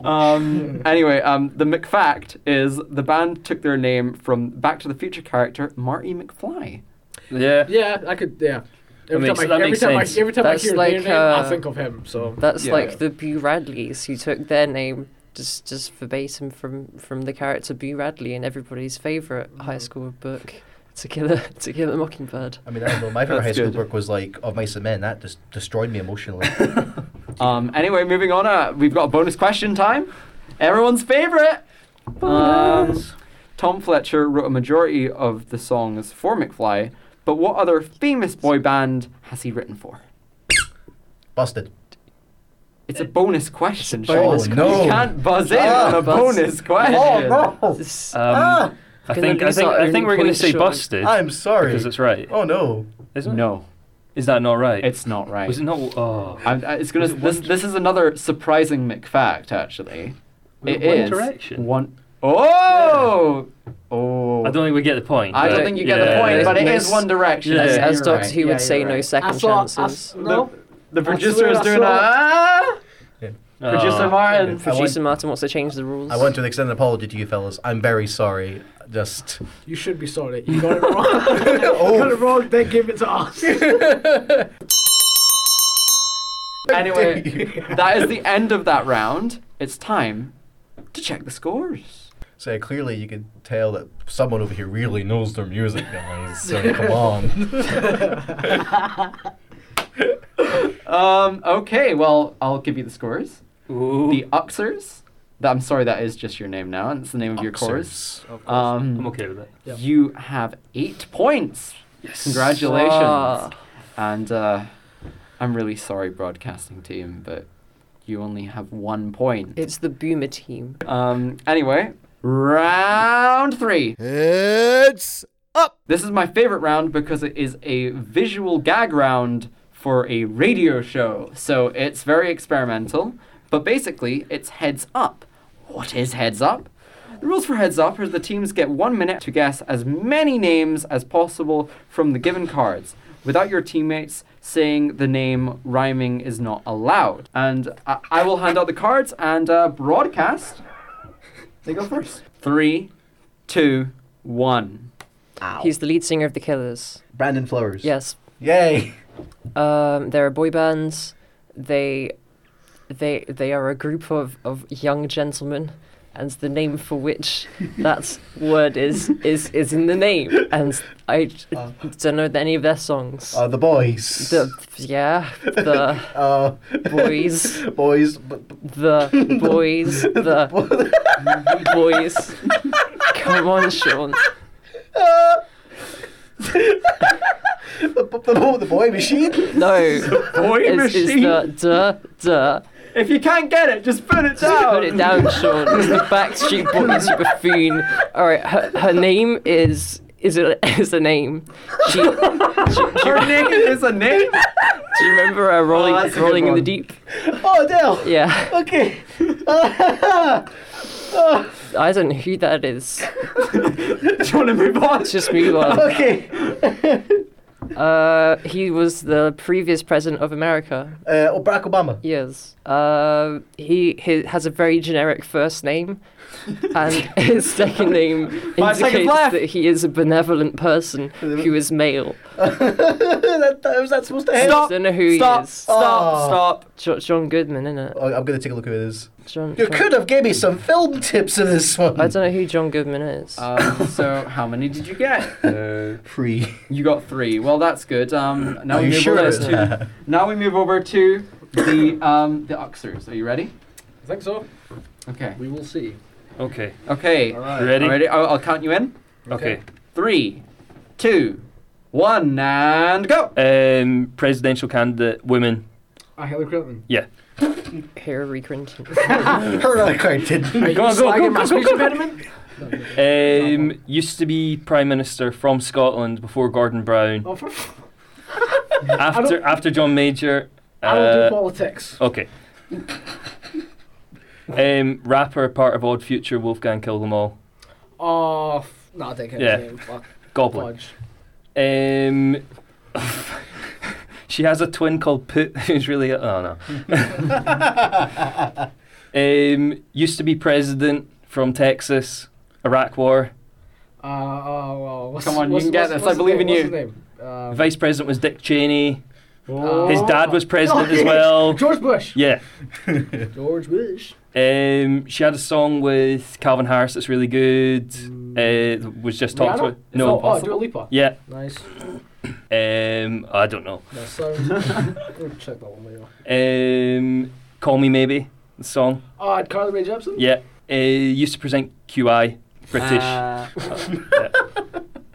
[SPEAKER 2] Um, anyway, um, the McFact is the band took their name from Back to the Future character Marty McFly.
[SPEAKER 3] Yeah.
[SPEAKER 4] yeah, I could. Yeah. Every
[SPEAKER 3] makes-
[SPEAKER 4] time,
[SPEAKER 3] that
[SPEAKER 4] I, every
[SPEAKER 3] makes
[SPEAKER 4] time
[SPEAKER 3] sense.
[SPEAKER 4] I every time
[SPEAKER 6] That's
[SPEAKER 4] I hear
[SPEAKER 6] like,
[SPEAKER 4] their name,
[SPEAKER 6] uh,
[SPEAKER 4] I think of him. So
[SPEAKER 6] That's
[SPEAKER 2] Yeah.
[SPEAKER 6] like the Bu Radleys who took their name just just verbatim from from the character Bu Radley in everybody's favorite high school book, To Kill a To Kill a Mockingbird.
[SPEAKER 5] I mean, I don't know. My favorite
[SPEAKER 2] That's
[SPEAKER 5] high school
[SPEAKER 2] good.
[SPEAKER 5] book was like Of Mice and Men. That just destroyed me emotionally.
[SPEAKER 2] Um, anyway, moving on, uh, we've got bonus question time. Everyone's favorite. Um, Tom Fletcher wrote a majority of the songs for McFly, but what other famous boy band has he written for?
[SPEAKER 5] Busted.
[SPEAKER 2] It's a bonus question,
[SPEAKER 5] bonus
[SPEAKER 2] Sean.
[SPEAKER 5] question.
[SPEAKER 2] You can't buzz in
[SPEAKER 5] Ah,
[SPEAKER 2] on a
[SPEAKER 6] buzz.
[SPEAKER 2] bonus question.
[SPEAKER 6] This-
[SPEAKER 3] Um,
[SPEAKER 5] Oh, Ah!
[SPEAKER 3] I
[SPEAKER 6] Gonna
[SPEAKER 3] think I
[SPEAKER 6] lose
[SPEAKER 3] think
[SPEAKER 6] our
[SPEAKER 3] I
[SPEAKER 6] only
[SPEAKER 3] think we're going to
[SPEAKER 6] point
[SPEAKER 3] say
[SPEAKER 6] short.
[SPEAKER 3] busted
[SPEAKER 5] I'm sorry.
[SPEAKER 3] because it's right,
[SPEAKER 5] Oh no.
[SPEAKER 3] isn't it?
[SPEAKER 2] No,
[SPEAKER 3] Is that not right?
[SPEAKER 2] it's not right.
[SPEAKER 3] Was it not? Oh.
[SPEAKER 2] I'm, I- it's gonna.
[SPEAKER 3] Was it
[SPEAKER 2] this,
[SPEAKER 3] One-
[SPEAKER 2] this is another surprising McFact, actually.
[SPEAKER 3] Was
[SPEAKER 2] It
[SPEAKER 3] it One
[SPEAKER 2] is
[SPEAKER 3] Direction?
[SPEAKER 2] One. Oh. Oh.
[SPEAKER 3] I don't think we get the point.
[SPEAKER 2] I don't
[SPEAKER 3] but
[SPEAKER 2] think you get the
[SPEAKER 3] yeah.
[SPEAKER 2] point, but it
[SPEAKER 6] No
[SPEAKER 2] is
[SPEAKER 6] s-
[SPEAKER 2] One Direction.
[SPEAKER 3] Yeah.
[SPEAKER 6] as,
[SPEAKER 2] Yeah,
[SPEAKER 6] as
[SPEAKER 2] you're
[SPEAKER 6] Doctor
[SPEAKER 2] right.
[SPEAKER 6] Who would
[SPEAKER 2] Yeah,
[SPEAKER 6] say,
[SPEAKER 2] you're
[SPEAKER 6] no
[SPEAKER 2] right.
[SPEAKER 4] I
[SPEAKER 6] second
[SPEAKER 4] saw. I
[SPEAKER 6] chances.
[SPEAKER 4] s- no.
[SPEAKER 2] The
[SPEAKER 4] swear
[SPEAKER 2] producer is
[SPEAKER 4] I
[SPEAKER 2] doing a.
[SPEAKER 4] saw
[SPEAKER 2] Ah!
[SPEAKER 3] Oh.
[SPEAKER 2] Producer Martin.
[SPEAKER 5] I
[SPEAKER 6] Producer
[SPEAKER 5] want-
[SPEAKER 6] Martin wants to change the rules.
[SPEAKER 5] I want to extend an apology to you fellas. I'm very sorry. Just
[SPEAKER 4] You should be sorry. You got it wrong. You got it
[SPEAKER 5] oh,
[SPEAKER 4] wrong. They gave it to us.
[SPEAKER 2] Anyway, that is the end of that round. It's time to check the scores.
[SPEAKER 5] so clearly you can tell that someone over here really knows their music, guys. So come on.
[SPEAKER 2] Um, okay, well, I'll give you the scores.
[SPEAKER 3] Ooh.
[SPEAKER 2] The Uxers. That, I'm sorry, that is just your name now, and it's the name of your chorus.
[SPEAKER 5] Oxers.
[SPEAKER 2] Um,
[SPEAKER 3] I'm okay with that.
[SPEAKER 4] Yep.
[SPEAKER 2] You have eight points.
[SPEAKER 3] Yes.
[SPEAKER 2] Congratulations.
[SPEAKER 6] Ah.
[SPEAKER 2] And uh, I'm really sorry, broadcasting team, but you only have one point.
[SPEAKER 6] It's the Boomer team.
[SPEAKER 2] Um, anyway, round three.
[SPEAKER 1] It's up.
[SPEAKER 2] This is my favorite round because it is a visual gag round for a radio show. So it's very experimental, but basically it's heads up. What is heads up? The rules for heads up are the teams get one minute to guess as many names as possible from the given cards. Without your teammates saying the name, rhyming is not allowed. And I, I will hand out the cards and uh, broadcast. They go first. Three, two, one.
[SPEAKER 6] He's the lead singer of the Killers.
[SPEAKER 5] Brandon Flowers.
[SPEAKER 6] Yes.
[SPEAKER 5] Yay.
[SPEAKER 6] Um, they're a boy band. They, they, they are a group of, of young gentlemen, and the name for which that word is is is in the name. And I j- don't know any of their songs.
[SPEAKER 5] Uh, the boys.
[SPEAKER 6] Uh, the yeah, the
[SPEAKER 5] uh,
[SPEAKER 6] boys,
[SPEAKER 5] boys. B- b-
[SPEAKER 6] the boys, the boys. Come on, Sean.
[SPEAKER 5] the, b- the, boy- the boy machine.
[SPEAKER 6] No,
[SPEAKER 2] Boy
[SPEAKER 6] it's, it's the duh duh.
[SPEAKER 2] If you can't get it, just put it down.
[SPEAKER 6] Put it down, Sean. It's the Backstreet Boys, you buffoon. All right, her, her name is is a is a name. Do you,
[SPEAKER 2] Her name is a name.
[SPEAKER 6] do you remember uh, rolling
[SPEAKER 2] Oh, that's a good
[SPEAKER 6] rolling in the
[SPEAKER 2] one.
[SPEAKER 6] deep?
[SPEAKER 4] Oh, Adele.
[SPEAKER 6] Yeah,
[SPEAKER 4] Okay.
[SPEAKER 6] I don't know who that is.
[SPEAKER 2] Do you want to move on?
[SPEAKER 6] It's just me one.
[SPEAKER 4] Okay.
[SPEAKER 6] Uh, he was the previous president of America.
[SPEAKER 5] Uh, oh, Barack Obama.
[SPEAKER 6] Yes. Uh, he, he has a very generic first name, and his second name
[SPEAKER 2] Five seconds
[SPEAKER 6] indicates
[SPEAKER 2] left.
[SPEAKER 6] that he is a benevolent person who is male.
[SPEAKER 5] that, that, was that supposed to help?
[SPEAKER 2] Stop.
[SPEAKER 6] don't know who he
[SPEAKER 2] stop.
[SPEAKER 6] is.
[SPEAKER 2] Stop.
[SPEAKER 5] Oh.
[SPEAKER 2] Stop.
[SPEAKER 6] Jo- John Goodman, innit?
[SPEAKER 5] Oh, I'm gonna take a look who it is.
[SPEAKER 6] John.
[SPEAKER 5] You
[SPEAKER 6] John-
[SPEAKER 5] could have gave me some film tips in this one.
[SPEAKER 2] Hmm.
[SPEAKER 6] I don't know who John Goodman is.
[SPEAKER 2] Um, so how many did you get? Uh,
[SPEAKER 5] Pre.
[SPEAKER 2] You got three. Well, that's good. Um, now
[SPEAKER 5] Are
[SPEAKER 2] we
[SPEAKER 5] you
[SPEAKER 2] move
[SPEAKER 5] sure
[SPEAKER 2] over
[SPEAKER 5] it's
[SPEAKER 2] to now we move over to the um, the Uxers. Are you ready?
[SPEAKER 4] I think so.
[SPEAKER 2] Okay.
[SPEAKER 4] We will see.
[SPEAKER 3] Okay.
[SPEAKER 2] Okay.
[SPEAKER 4] All right.
[SPEAKER 3] Ready?
[SPEAKER 2] Ready? I'll, I'll count you in.
[SPEAKER 3] Okay.
[SPEAKER 2] Three, two, one, and go.
[SPEAKER 3] Um, presidential candidate, women.
[SPEAKER 4] I Hillary Clinton.
[SPEAKER 3] Yeah.
[SPEAKER 6] Hillary Clinton.
[SPEAKER 5] Her Clinton.
[SPEAKER 4] Are
[SPEAKER 3] Go on, go on,
[SPEAKER 4] slagging
[SPEAKER 3] go on,
[SPEAKER 4] my
[SPEAKER 3] go on,
[SPEAKER 4] speech
[SPEAKER 3] go on.
[SPEAKER 4] impediment?
[SPEAKER 3] Um, used to be prime minister from Scotland before Gordon Brown.
[SPEAKER 4] Oh, for f-
[SPEAKER 3] After after John Major.
[SPEAKER 4] I don't
[SPEAKER 3] uh,
[SPEAKER 4] do politics.
[SPEAKER 3] Okay. um, rapper, part of Odd Future, Wolfgang Kill Them All.
[SPEAKER 4] Oh, f- nah, I think I
[SPEAKER 3] Yeah.
[SPEAKER 4] can. Fuck.
[SPEAKER 3] Goblin.
[SPEAKER 4] Fudge.
[SPEAKER 3] Um, she has a twin called Put, who's really. Oh, no. um, used to be president from Texas, Iraq War.
[SPEAKER 4] Uh, oh, well, what's,
[SPEAKER 2] Come on, you
[SPEAKER 4] what's,
[SPEAKER 2] can get
[SPEAKER 4] what's-
[SPEAKER 2] this. I
[SPEAKER 4] what's his
[SPEAKER 2] believe in
[SPEAKER 4] name?
[SPEAKER 2] you.
[SPEAKER 4] What's his name? Uh,
[SPEAKER 3] Vice president was Dick Cheney.
[SPEAKER 4] Oh.
[SPEAKER 3] His dad was president as well.
[SPEAKER 4] George Bush.
[SPEAKER 3] Yeah.
[SPEAKER 4] George Bush.
[SPEAKER 3] Um, she had a song with Calvin Harris that's really good. Uh, was just talked
[SPEAKER 4] Rihanna?
[SPEAKER 3] about. No.
[SPEAKER 4] Oh, oh, Dua Lipa.
[SPEAKER 3] Yeah.
[SPEAKER 4] Nice.
[SPEAKER 3] Um, I don't know.
[SPEAKER 4] Nice sound. we'll check that one later.
[SPEAKER 3] Um, Call Me Maybe, the song.
[SPEAKER 4] Oh, and Carly Rae Jepsen.
[SPEAKER 3] Yeah. Uh, used to present QI, British.
[SPEAKER 2] Uh,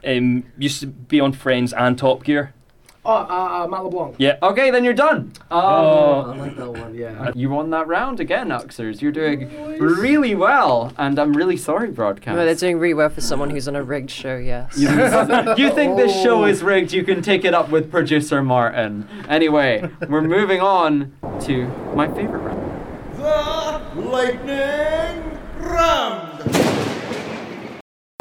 [SPEAKER 3] um, used to be on Friends and Top Gear.
[SPEAKER 4] Oh, uh, uh, Matt LeBlanc.
[SPEAKER 3] Yeah.
[SPEAKER 2] okay, then you're done. Um,
[SPEAKER 3] Oh.
[SPEAKER 4] I like that one. Yeah.
[SPEAKER 2] you won that round again, Uxers. You're doing really well, and I'm really sorry, broadcast.
[SPEAKER 6] No, they're doing really well for someone who's on a rigged show. Yes.
[SPEAKER 2] You think- you think this show is rigged, you can take it up with producer Martin. Anyway, we're moving on to my favorite round.
[SPEAKER 1] The lightning round.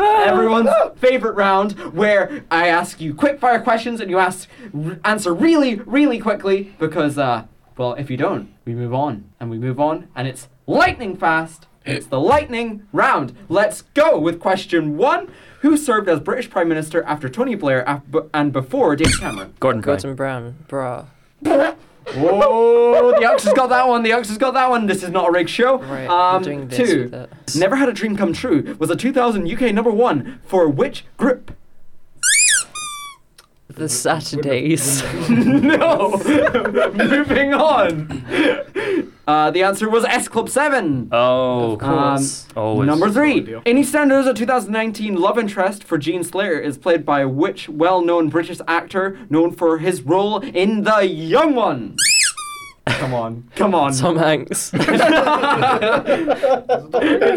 [SPEAKER 2] Everyone's favorite round, where I ask you quick fire questions and you ask r- answer really, really quickly because, uh, well, if you don't, we move on and we move on, and it's lightning fast. It's the lightning round. Let's go with question one. Who served as British Prime Minister after Tony Blair af- bu- and before David Cameron?
[SPEAKER 3] Gordon Brown.
[SPEAKER 6] Gordon Brown, brah.
[SPEAKER 2] Oh, the Ox's got that one. The Ox's got that one. This is not a rigged show.
[SPEAKER 6] Right,
[SPEAKER 2] um,
[SPEAKER 6] I'm doing this with
[SPEAKER 2] two.
[SPEAKER 6] it.
[SPEAKER 2] Never had a dream come true was a 2000 UK number one for which group?
[SPEAKER 6] The Saturdays.
[SPEAKER 2] no. Moving on. Uh, the answer was S Club Seven. Um,
[SPEAKER 3] Oh.
[SPEAKER 6] Of course.
[SPEAKER 3] Always.
[SPEAKER 2] Number three.
[SPEAKER 4] idea.
[SPEAKER 2] Any Sanders, a 2019 love interest for Gene Slater, is played by which well-known British actor known for his role in The Young Ones? Come on, come on.
[SPEAKER 6] Tom Hanks.
[SPEAKER 2] It's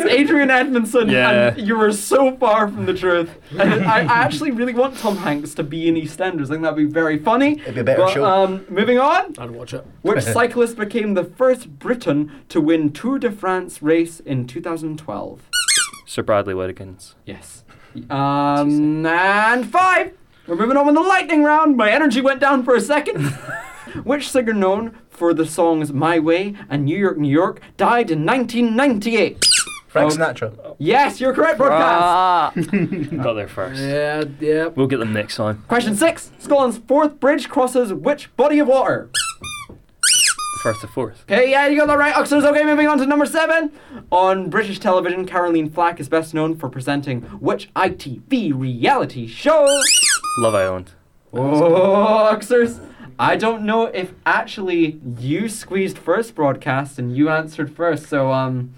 [SPEAKER 2] Adrian Edmondson,
[SPEAKER 3] Yeah.
[SPEAKER 2] and you were so far from the truth. And I, I actually really want Tom Hanks to be in EastEnders. I think that'd be very funny. It'd
[SPEAKER 5] be a better show.
[SPEAKER 2] Um, moving on,
[SPEAKER 4] I'd watch it.
[SPEAKER 2] which cyclist became the first Briton to win Tour de France race in 2012?
[SPEAKER 3] Sir Bradley Whittakins.
[SPEAKER 2] Yes. Um, and five. We're moving on with the lightning round. My energy went down for a second. Which singer known for the songs My Way and New York, New York died in 1998?
[SPEAKER 5] Frank
[SPEAKER 2] Oh.
[SPEAKER 5] Sinatra.
[SPEAKER 2] Yes, you're correct, broadcast.
[SPEAKER 6] ah.
[SPEAKER 3] Got there first.
[SPEAKER 4] Yeah, yeah.
[SPEAKER 3] We'll get them next time.
[SPEAKER 2] Question six. Scotland's fourth bridge crosses which body of water?
[SPEAKER 3] The first to fourth.
[SPEAKER 2] Okay, yeah, you got that right, Oxers. Okay, moving on to number seven. On British television, Caroline Flack is best known for presenting which ITV reality show?
[SPEAKER 3] Love Island.
[SPEAKER 2] Oh, Oxers. I don't know if actually you squeezed first broadcast and you answered first. So, um,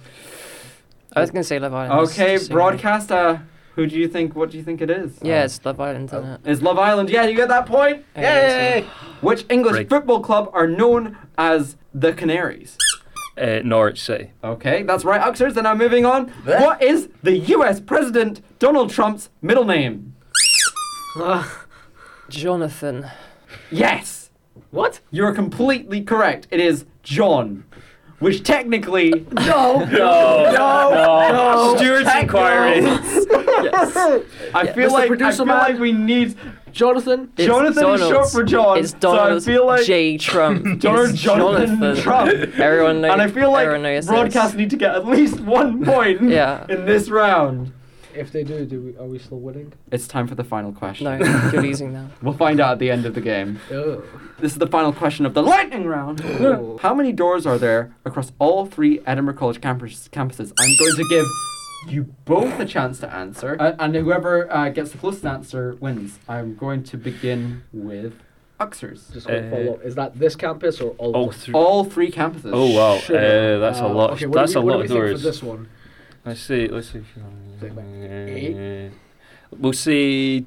[SPEAKER 6] I was gonna say Love Island. just-
[SPEAKER 2] okay,
[SPEAKER 6] just so you know.
[SPEAKER 2] broadcast, uh, who do you think, what do you think it is?
[SPEAKER 6] Yeah, it's Love Island, isn't it?
[SPEAKER 2] Is Love Island. Yeah, you get that point? Oh.
[SPEAKER 6] Okay,
[SPEAKER 2] Yay! Which English
[SPEAKER 3] Right.
[SPEAKER 2] football club are known as the Canaries?
[SPEAKER 3] Uh, Norwich City.
[SPEAKER 2] Okay, that's right, Uxers. Then I'm moving on.
[SPEAKER 5] Blech.
[SPEAKER 2] What is the US President Donald Trump's middle name?
[SPEAKER 6] Jonathan.
[SPEAKER 2] Yes!
[SPEAKER 4] What?
[SPEAKER 2] You're completely correct. It is John. Which technically.
[SPEAKER 6] No!
[SPEAKER 3] No,
[SPEAKER 2] no, no.
[SPEAKER 3] Stewart's
[SPEAKER 2] Heck
[SPEAKER 3] inquiry.
[SPEAKER 2] I feel
[SPEAKER 4] Mr.
[SPEAKER 2] like I
[SPEAKER 4] Producer
[SPEAKER 2] feel
[SPEAKER 4] Man.
[SPEAKER 2] like we need
[SPEAKER 4] Jonathan?
[SPEAKER 6] It's
[SPEAKER 2] Jonathan is short
[SPEAKER 6] Donald's-
[SPEAKER 2] for John.
[SPEAKER 6] It's
[SPEAKER 2] so I
[SPEAKER 6] Donald
[SPEAKER 2] feel like
[SPEAKER 6] J. Trump.
[SPEAKER 2] Donald
[SPEAKER 6] It's
[SPEAKER 2] Jonathan
[SPEAKER 6] Jonathan
[SPEAKER 2] Trump.
[SPEAKER 6] Everyone knows.
[SPEAKER 2] and I feel like
[SPEAKER 6] everyone knows
[SPEAKER 2] broadcast
[SPEAKER 6] this.
[SPEAKER 2] need to get at least one point
[SPEAKER 6] Yeah.
[SPEAKER 2] in this round.
[SPEAKER 4] If they do, do we, are we still winning?
[SPEAKER 2] It's time for the final question.
[SPEAKER 6] No, you're losing now.
[SPEAKER 2] We'll find out at the end of the game.
[SPEAKER 4] Oh.
[SPEAKER 2] This is the final question of the lightning round.
[SPEAKER 4] Oh.
[SPEAKER 2] How many doors are there across all three Edinburgh College campus- campuses? I'm going to give you both a chance to answer, uh, and whoever uh, gets the closest answer wins. I'm going to begin with Uxers.
[SPEAKER 4] Just going
[SPEAKER 3] Uh,
[SPEAKER 4] to follow. Is that this campus or all?
[SPEAKER 3] Oh,
[SPEAKER 4] of them?
[SPEAKER 3] three.
[SPEAKER 2] All three campuses.
[SPEAKER 3] Oh wow,
[SPEAKER 4] Shit.
[SPEAKER 3] uh, that's a
[SPEAKER 4] Uh,
[SPEAKER 3] lot.
[SPEAKER 4] Okay, what
[SPEAKER 3] that's
[SPEAKER 4] do we,
[SPEAKER 3] a
[SPEAKER 4] what
[SPEAKER 3] lot
[SPEAKER 4] do we
[SPEAKER 3] of
[SPEAKER 4] think
[SPEAKER 3] doors.
[SPEAKER 4] for this one?
[SPEAKER 3] Let's see. Let's see. If you
[SPEAKER 4] Think about
[SPEAKER 3] can- we'll say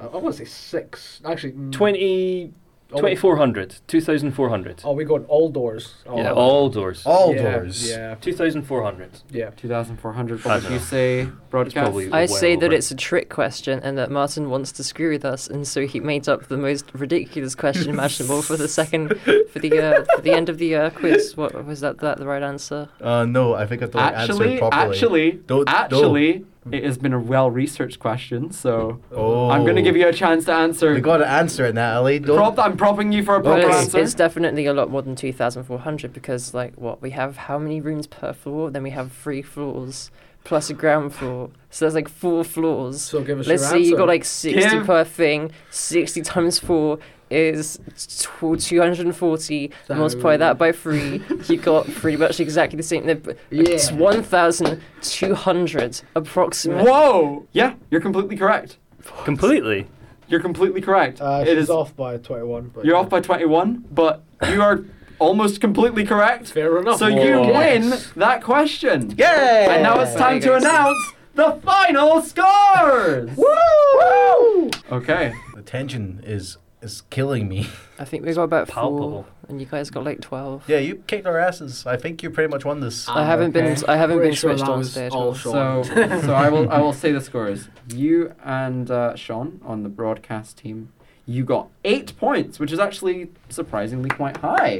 [SPEAKER 4] I, I want to say six. Actually, mm,
[SPEAKER 3] 20,
[SPEAKER 4] oh,
[SPEAKER 3] 2400, 2400.
[SPEAKER 4] Oh, we got all doors. Oh,
[SPEAKER 3] yeah, all doors.
[SPEAKER 5] All
[SPEAKER 4] yeah,
[SPEAKER 5] doors.
[SPEAKER 4] Yeah,
[SPEAKER 3] 2400.
[SPEAKER 4] yeah.
[SPEAKER 2] 2,400.
[SPEAKER 3] I
[SPEAKER 2] What would
[SPEAKER 3] don't
[SPEAKER 2] you
[SPEAKER 3] know.
[SPEAKER 2] say, broadcast?
[SPEAKER 3] probably-
[SPEAKER 6] I
[SPEAKER 3] Well,
[SPEAKER 6] say that
[SPEAKER 3] but-
[SPEAKER 6] it's a trick question and that Martin wants to screw with us, and so he made up the most ridiculous question imaginable for the second, for the uh, for the end of the uh, quiz. What was that? That the right answer?
[SPEAKER 5] Uh, no, I think I have to like,
[SPEAKER 2] Actually,
[SPEAKER 5] answer properly.
[SPEAKER 2] actually,
[SPEAKER 5] Don't-
[SPEAKER 2] actually, it has been a well-researched question, so
[SPEAKER 5] oh,
[SPEAKER 2] I'm going to give you a chance to answer.
[SPEAKER 5] We got to answer it, Natalie. Don't.
[SPEAKER 2] Prop, I'm propping you for a
[SPEAKER 6] Well,
[SPEAKER 2] proper
[SPEAKER 6] it's,
[SPEAKER 2] answer.
[SPEAKER 6] it's definitely a lot more than two thousand four hundred because, like, what we have how many rooms per floor? Then we have three floors plus a ground floor, so there's like four floors.
[SPEAKER 4] So give us
[SPEAKER 6] Let's
[SPEAKER 4] your
[SPEAKER 6] say you got
[SPEAKER 4] answer.
[SPEAKER 6] like 60
[SPEAKER 2] Give-
[SPEAKER 6] per thing. 60 times 4 is tw- 240. Multiply that by 3. you got pretty much exactly the same. they're- It's
[SPEAKER 4] Yeah.
[SPEAKER 6] 1,200 approximately.
[SPEAKER 2] Whoa! Yeah, you're completely correct.
[SPEAKER 3] Completely.
[SPEAKER 2] You're completely correct.
[SPEAKER 7] Uh,
[SPEAKER 2] it
[SPEAKER 7] she's
[SPEAKER 2] is.
[SPEAKER 7] off by 21. But
[SPEAKER 2] You're off by 21, but you are almost completely correct.
[SPEAKER 4] Fair enough.
[SPEAKER 2] So you
[SPEAKER 3] Whoa.
[SPEAKER 2] win that question.
[SPEAKER 5] Yay!
[SPEAKER 2] And now it's
[SPEAKER 6] There
[SPEAKER 2] time
[SPEAKER 6] you
[SPEAKER 2] to
[SPEAKER 6] go.
[SPEAKER 2] announce the final scores. Woo! Okay.
[SPEAKER 5] The tension is is killing me.
[SPEAKER 6] I think we got about 4.
[SPEAKER 3] Palpable.
[SPEAKER 6] And you guys got like 12.
[SPEAKER 5] Yeah, you kicked our asses. I think you pretty much won this.
[SPEAKER 2] Uh,
[SPEAKER 6] I haven't
[SPEAKER 2] Ah, Okay.
[SPEAKER 6] been I haven't
[SPEAKER 4] Pretty
[SPEAKER 6] been
[SPEAKER 4] sure
[SPEAKER 6] switched
[SPEAKER 4] that
[SPEAKER 6] on
[SPEAKER 4] was
[SPEAKER 6] stage.
[SPEAKER 4] all
[SPEAKER 6] once.
[SPEAKER 2] So,
[SPEAKER 4] Sean.
[SPEAKER 2] so I will I will say the scores. You and uh, Sean on the broadcast team, you got eight points, which is actually surprisingly quite high.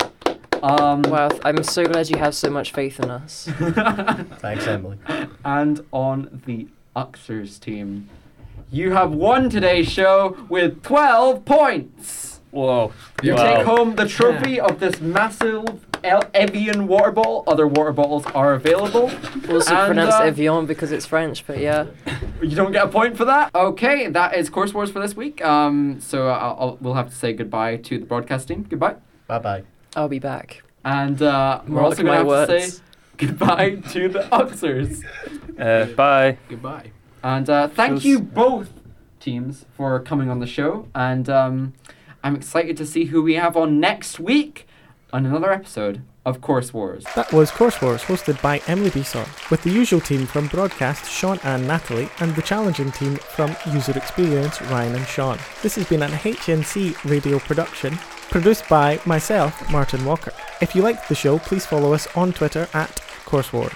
[SPEAKER 2] Um,
[SPEAKER 6] Wow, th- I'm so glad you have so much faith in us.
[SPEAKER 5] Thanks, Emily.
[SPEAKER 2] and on the Uxers team, you have won today's show with twelve points.
[SPEAKER 3] Whoa.
[SPEAKER 2] You
[SPEAKER 3] wow.
[SPEAKER 2] take home the trophy of this massive El- Evian water bottle. Other water bottles are available.
[SPEAKER 6] also
[SPEAKER 2] And,
[SPEAKER 6] pronounced
[SPEAKER 2] uh,
[SPEAKER 6] Evian because it's French, but yeah.
[SPEAKER 2] You don't get a point for that. Okay, that is Course Wars for this week. Um, so uh, I'll, I'll- we'll have to say goodbye to the broadcast team. Goodbye.
[SPEAKER 5] Bye bye.
[SPEAKER 6] I'll be back.
[SPEAKER 2] And uh, we're
[SPEAKER 6] Mark
[SPEAKER 2] also going
[SPEAKER 6] my
[SPEAKER 2] to have to
[SPEAKER 6] words.
[SPEAKER 2] say goodbye to the Oxers.
[SPEAKER 3] Uh, bye.
[SPEAKER 4] Goodbye.
[SPEAKER 2] And uh, thank
[SPEAKER 3] Feels-
[SPEAKER 2] you both teams for coming on the show. And um, I'm excited to see who we have on next week on another episode of Course Wars.
[SPEAKER 8] That was Course Wars, hosted by Emily Bison, with the usual team from Broadcast, Sean and Natalie, and the challenging team from User Experience, Ryan and Sean. This has been an HNC radio production, produced by myself, Martin Walker. If you liked the show, please follow us on Twitter at Course Wars.